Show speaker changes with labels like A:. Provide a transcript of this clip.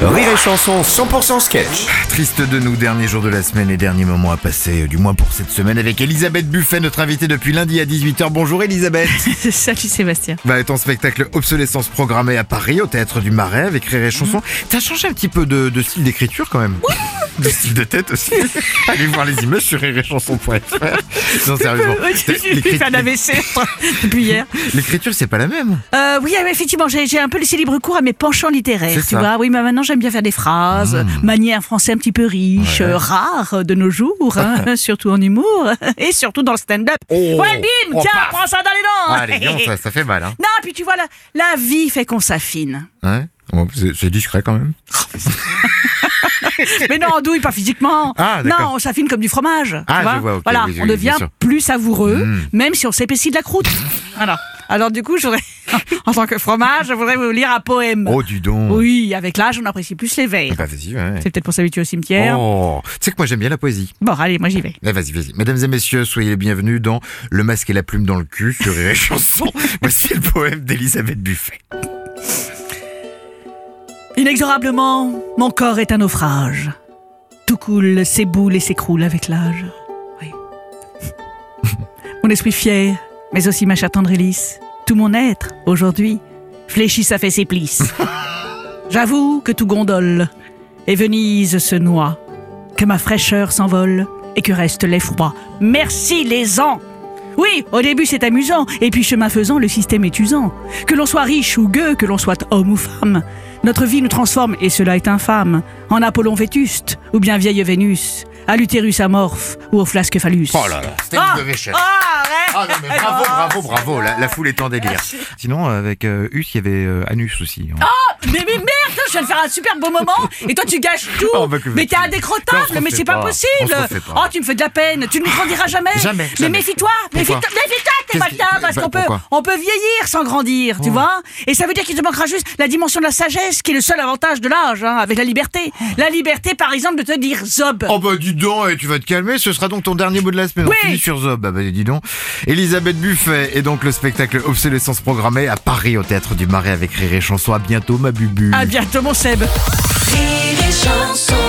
A: Rire et Chanson 100% sketch.
B: Triste de nous, dernier jour de la semaine et dernier moment à passer, euh, du moins pour cette semaine, avec Elisabeth Buffet, notre invitée depuis lundi à 18h. Bonjour Elisabeth
C: Salut Sébastien.
B: Bah, ton spectacle Obsolescence programmé à Paris, au Théâtre du Marais, avec Rire et Chanson. T'as changé un petit peu de, de style d'écriture quand même De style de tête aussi Allez voir les images sur rireetchanson.fr Non, sérieusement.
C: J'ai fait un
B: l'écrit-
C: AVC depuis hier.
B: L'écriture, c'est pas la même
C: Euh, oui, euh, effectivement, j'ai j'ai un peu laissé libre cours à mes penchants littéraires.
B: C'est
C: Tu
B: ça. Mmh.
C: vois, oui, mais maintenant j'aime bien faire des phrases, euh, manier un français un petit peu riche, euh, rare euh, de nos jours, hein, surtout en humour et surtout dans le stand-up.
B: Oh,
C: ouais, bim,
B: oh,
C: tiens,
B: paf.
C: prends ça dans
B: Ah,
C: les
B: Allez,
C: dents.
B: non, ça, ça fait mal, hein
C: non, puis tu vois, la, la vie fait qu'on s'affine.
B: Ouais. Bon, c'est- C'est discret quand même.
C: Mais non, en douille, pas physiquement.
B: Ah, d'accord.
C: non, on s'affine comme du fromage. tu
B: Ah, je vois, ok,
C: voilà,
B: oui, oui,
C: on
B: bien
C: devient
B: sûr. Hmm.
C: plus savoureux, même si on s'épaissit de la croûte. voilà. Alors du coup, je voudrais, en tant que fromage, je voudrais vous lire un poème.
B: Oh, dis donc
C: Oui, avec l'âge, on apprécie plus les verres.
B: Bah, vas-y, ouais.
C: C'est peut-être pour s'habituer au cimetière.
B: Oh, tu sais que moi j'aime bien la poésie.
C: Bon, allez, moi j'y vais.
B: Eh, vas-y, vas-y. Mesdames et messieurs, soyez les bienvenus dans Le masque et la plume dans le cul sur Rire et Chanson. Voici le poème d'Elisabeth Buffet.
C: Inexorablement, mon corps est un naufrage. Tout coule, s'éboule et s'écroule avec l'âge. Oui. mon esprit fier, mais aussi ma chair tendre et lisse, tout mon être, aujourd'hui, fléchit sa fesse éplice. J'avoue que tout gondole, et Venise se noie, que ma fraîcheur s'envole, et que reste l'effroi. Merci les ans oui, au début c'est amusant, et puis chemin faisant, le système est usant. Que l'on soit riche ou gueux, que l'on soit homme ou femme, notre vie nous transforme, et cela est infâme, en Apollon vétuste, ou bien vieille Vénus, à l'utérus amorphe, ou au flasque phallus.
B: Oh là là, c'était
C: Ah,
B: une de mes chefs.
C: ah, arrête
B: Ah non, mais bravo, bravo, bravo, la, la foule est en délire. Sinon, avec euh, Us, il y avait euh, Anus aussi. hein.
C: Mais, mais merde, je viens de faire un super beau moment et toi tu gâches tout.
B: Oh, bah, que
C: mais t'es
B: veux-tu Non, on se
C: indécrottable, mais
B: refait
C: c'est pas,
B: pas. On se
C: possible.
B: refait pas.
C: Oh, tu me fais de la peine, tu ne me grandiras jamais.
B: Jamais,
C: Mais
B: jamais.
C: méfie-toi, méfie-toi,
B: Pourquoi
C: méfie-toi, t'es
B: Qu'est-ce
C: pas
B: qui-
C: tard, parce
B: bah,
C: qu'on peut,
B: pourquoi Oh.
C: on peut vieillir sans grandir, tu vois. Et ça veut dire qu'il te manquera juste la dimension de la sagesse qui est le seul avantage de l'âge, hein, avec la liberté. La liberté, par exemple, de te dire zob.
B: Oh bah dis donc, eh, tu vas te calmer, ce sera donc ton dernier mot de la semaine.
C: Oui.
B: On finit sur Zob, bah, bah dis donc. Elisabeth Buffet et donc le spectacle Obsolescence programmée à Paris au Théâtre du Marais avec Rire et Chanson. À bientôt ma bubu.
C: À bientôt, mon Seb.
D: Rire et chanson